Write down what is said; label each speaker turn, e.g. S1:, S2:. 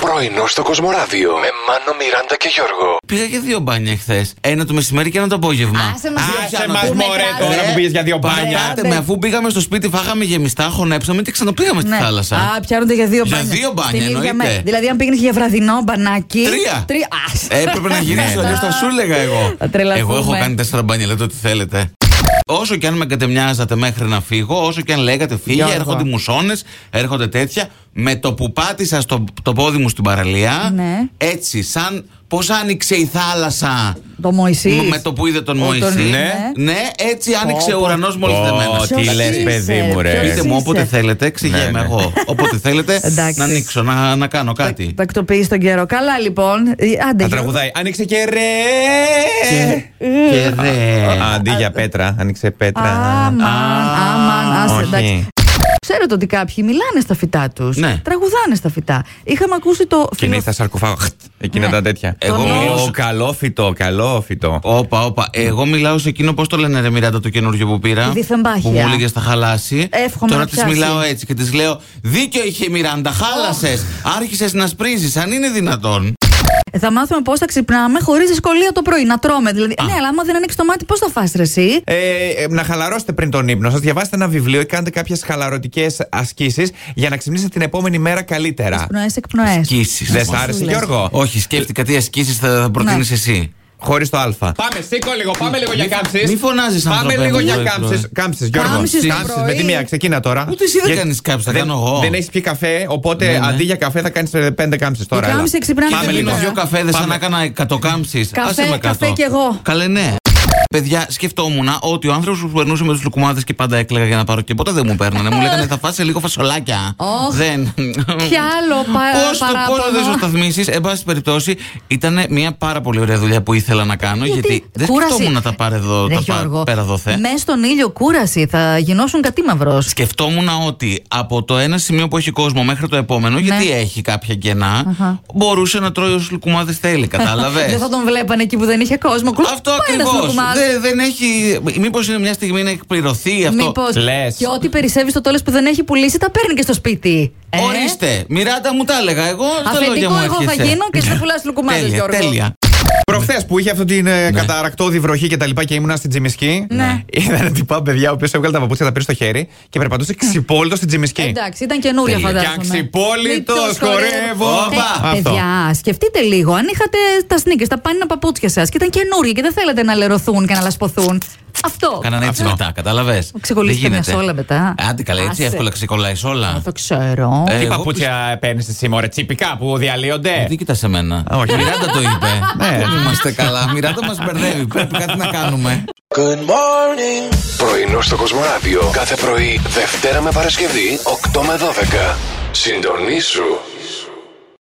S1: Πρωινό στο Κοσμοράδιο με Μάνο, Μιράντα και Γιώργο.
S2: Πήγα και δύο μπάνια χθες. Ένα το μεσημέρι και ένα το απόγευμα.
S3: Άσε μας,
S2: Άσε
S3: Γιώργο,
S2: μας,
S3: που
S2: μωρέ,
S3: μετράτε.
S2: τώρα που
S3: Ε,
S2: πήγες
S4: για δύο μπάνια.
S2: Παράτε με, αφού πήγαμε στο σπίτι, φάγαμε γεμιστά, χωνέψαμε και ξαναπήγαμε στη
S3: Ναι.
S2: θάλασσα.
S3: Α, πιάνονται για δύο
S2: Για
S3: μπάνια.
S2: δύο μπάνια,
S3: Την ίδια
S2: εννοείται.
S3: μέρα. Δηλαδή, αν πήγαινες για βραδινό μπανάκι.
S2: Τρία.
S3: Τρία. Ας.
S2: Ε, Έπρεπε να γυρίσω, αλλιώς θα σου έλεγα εγώ.
S3: ναι, Θα τρελαθούμε.
S2: Εγώ έχω κάνει τέσσερα μπάνια, λέτε ό,τι θέλετε. Όσο και αν με κατεμοιάζατε μέχρι να φύγω, όσο και αν λέγατε φύγε,
S4: Γιώργο.
S2: έρχονται μουσώνες, έρχονται τέτοια. Με το που πάτησα στο, το πόδι μου στην παραλία,
S3: Ναι.
S2: έτσι, σαν πώς άνοιξε η θάλασσα.
S3: Το Μωυσής.
S2: Μ- Με το που είδε τον
S3: Ο-
S2: Μωυσή.
S3: τον-
S4: ναι.
S2: ναι, έτσι άνοιξε ο ουρανός μόλις
S4: Πω,
S2: δεμένα.
S4: τι
S3: Ποιος
S4: λες,
S3: είσαι,
S4: παιδί μου, ρε.
S3: ποιος
S2: Πείτε μου όποτε
S3: είσαι.
S2: θέλετε, εξηγέμαι
S4: Ναι, ναι.
S2: εγώ. Όποτε θέλετε
S3: Εντάξει.
S2: να ανοίξω, να, να κάνω κάτι.
S3: Τακτοποιεί τον καιρό. Καλά, λοιπόν. Ε, Άντε,
S4: Να
S3: Γιώργο.
S4: τραγουδάει. Άνοιξε και ρε.
S2: Και, και δε.
S4: Α, Αντί για πέτρα, άνοιξε πέτρα.
S3: Αμάν, αμάν, άσε,
S4: όχι.
S3: εντάξει. Ξέρετε ότι κάποιοι μιλάνε στα φυτά τους.
S2: Ναι.
S3: Τραγουδάνε στα φυτά. Είχαμε ακούσει το.
S4: Και
S3: φιλο-
S4: είναι στα σαρκοφάγο. Χτ, Εκείνα
S3: Ναι.
S4: τα τέτοια.
S2: Εγώ
S4: Ω,
S2: μιλούσα-
S4: Καλό φυτό, καλό φυτό.
S2: Όπα, όπα. Εγώ μιλάω σε εκείνο, πώς το λένε ρε Μιράντα το καινούριο που πήρα.
S3: Τη διθενπάχεια.
S2: Που μου έλεγε θα χαλάσει.
S3: Εύχομαι
S2: Τώρα
S3: να
S2: τη
S3: πιάσει.
S2: μιλάω έτσι και τη λέω Δίκιο είχε η Μιράντα, χάλασες. Άρχισες να σπρίζεις, αν είναι δυνατόν.
S3: Ε, Θα μάθουμε πώς θα ξυπνάμε χωρίς δυσκολία το πρωί. Να τρώμε. Δηλαδή, ναι, αλλά άμα δεν ανοίξει το μάτι, πώς θα φας ρε, εσύ.
S4: Ε, ε, να χαλαρώσετε πριν τον ύπνο σας. Διαβάστε ένα βιβλίο ή κάντε κάποιες χαλαρωτικές ασκήσεις για να ξυπνήσετε την επόμενη μέρα καλύτερα.
S3: Εκπνοές, εκπνοές.
S2: Σκίσεις.
S4: Δεν σ' άρεσε, Γιώργο.
S2: Όχι, σκέφτηκα τι ασκήσεις θα, θα προτείνει εσύ.
S4: Χωρίς το Α.
S5: Πάμε, σήκω λίγο, πάμε λίγο για
S2: Μη-
S5: κάμψεις.
S2: μη φωνάζεις,
S5: Πάμε
S2: άνθρωπε
S5: λίγο
S2: μου.
S5: για
S2: Ε,
S5: κάμψεις.
S4: Κάμψει, κάμψεις, Γιώργο.
S3: Κάμψεις το πρωί.
S4: με τη μία, ξεκίνα τώρα.
S2: Ούτε εσύ δεν
S4: Για-
S2: κάνεις κάμψεις, θα
S4: δεν-
S2: κάνω εγώ.
S4: Δεν έχεις πιει καφέ, οπότε
S2: Ναι, Ε, ναι.
S4: αντί για καφέ θα κάνεις πέντε κάμψεις τώρα. έλα.
S3: κάμψη ξυπνάμε
S4: Πάμε
S2: Πάμε λοιπόν.
S3: λίγο.
S2: λίγο. Δύο καφέδες, σαν
S4: Πάμε.
S2: να έκανα εκατοκάμψει.
S3: Καφέ, καφέ κι εγώ.
S2: Καλέ, ναι. Παιδιά, σκεφτόμουν ότι ο άνθρωπος που περνούσε με τους λουκουμάδες και πάντα έκλαιγα για να πάρω και ποτέ δεν μου παίρνανε. Μου λέγανε θα φάσει λίγο φασολάκια.
S3: Ωχ.
S2: δεν.
S3: Ποια άλλο πα-
S2: Πώς το
S3: παράπονο.
S2: πώς το δεν ζωσταθμίσει, εν πάση περιπτώσει, ήταν μια πάρα πολύ ωραία δουλειά που ήθελα να κάνω. Γιατί, δεν
S3: κούραση-
S2: σκεφτόμουν να τα πάρω εδώ,
S3: Ρε
S2: τα πα-
S3: Ναι, Γιώργο,
S2: πέρα δοθέ.
S3: Μες στον ήλιο κούραση θα γινώσουν κάτι μαυρός.
S2: Σκεφτόμουν ότι από το ένα σημείο που έχει κόσμο μέχρι το επόμενο, γιατί
S3: Ναι.
S2: έχει κάποια κενά, μπορούσε να τρώει όσους λουκουμάδες θέλει, κατάλαβες.
S3: Δεν θα τον βλέπανε εκεί που δεν είχε κόσμο. Κλου-
S2: Αυτό
S3: πάει ένας
S2: ακριβώς.
S3: λουκουμάς.
S2: Δεν, δεν έχει. Μήπως είναι μια στιγμή να εκπληρωθεί αυτό.
S3: Μήπως. ε?
S4: λες.
S3: Και ό,τι περισσεύει στο τόλε που δεν έχει πουλήσει, τα παίρνει και στο σπίτι. Ε?
S2: Ορίστε. Μιράντα μου τα έλεγα. Εγώ στα λόγια
S3: Αφεντικό
S2: μου
S3: εγώ θα
S2: έρχεσαι.
S3: γίνω και εσύ θα πουλάς λουκουμάδες,
S2: Τέλεια,
S3: Γιώργο.
S2: τέλεια.
S4: Προχθές που είχε αυτή την ε,
S2: Ναι.
S4: καταρακτώδη βροχή και τα λοιπά και ήμουνα στην Τζιμισκή.
S3: Ναι.
S4: Είδα ένα τυπά παιδιά ο οποίος έβγαλε τα παπούτσια τα πήρε στο χέρι και περπατούσε ξυπόλυτος στην Τζιμισκή.
S2: Ε,
S3: Εντάξει, ήταν καινούρια
S2: Τέλεια.
S3: φαντάζομαι.
S4: Κι αξιπόλυτος
S3: Λιπτός
S4: χορεύω.
S3: χορεύω.
S2: Όπα.
S3: Ε,
S4: Αυτό.
S3: Παιδιά, σκεφτείτε λίγο. Αν είχατε τα σνίκες, τα πάνινα παπούτσια σας και ήταν καινούρια και δεν θέλετε να λερωθούν και να λασποθούν. Αυτό.
S2: Κάνανε έτσι
S4: Αυτό.
S2: μετά, κατάλαβες.
S3: Ξεκολλήσει καμιά σόλα μετά.
S2: Άντε καλά, έτσι
S3: Άσε.
S2: εύκολα ξεκολλάει
S3: Α,
S2: σόλα.
S3: Το ξέρω.
S2: Ε,
S4: Τι
S2: εγώ
S4: παπούτσια παίρνεις εσύ, μωρέ, τσιπικά που διαλύονται.
S2: Δεν κοιτά σε μένα.
S4: Α, όχι.
S2: Η Μιράντα το είπε.
S4: Ναι.
S2: Δεν είμαστε καλά. Μιράντα μας μπερδεύει. Πρέπει κάτι να κάνουμε.
S1: Πρωινό στο Κοσμοράδιο κάθε πρωί, Δευτέρα με Παρασκευή, 8 με 12. Συντονίσου.